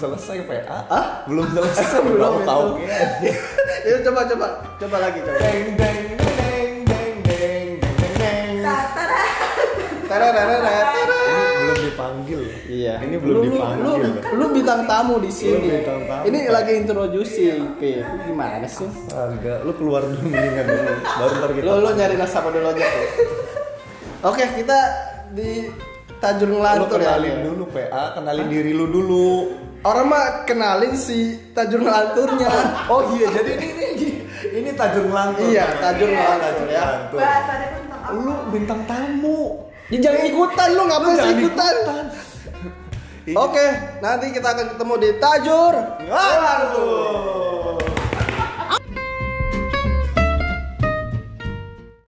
selesai PA. Hah? Belum selesai. Belum Belum itu. tahu. Ya coba coba coba lagi coba. Deng deng deng deng deng deng deng. deng. Tarararara, tarar. Ini belum dipanggil. Iya. Ini belum Lu- lu- dipanggil. Lu, lu bintang tamu di sini. bintang tamu. Ini lagi introducing, Pi. Lu Gimana sih? Harga, lu keluar dulu mendingan dulu. Baru ntar kita. Lu lu nyari nasabah dulu aja, Pi. Oke, kita di Tanjung Lu Lantur ya. kenalin Pi. dulu PA, kenalin diri lu dulu. Orang mah kenalin si Tanjung Lanturnya. Oh iya, jadi ini ini ini tajur lantur. Iya, Tajur Lantur, ya. Bahasannya tuh tentang apa? Lu bintang tamu. Ya, jangan ikutan lu nggak boleh jangan ikutan. Ini- Oke, nanti kita akan ketemu di Tajur Lantur.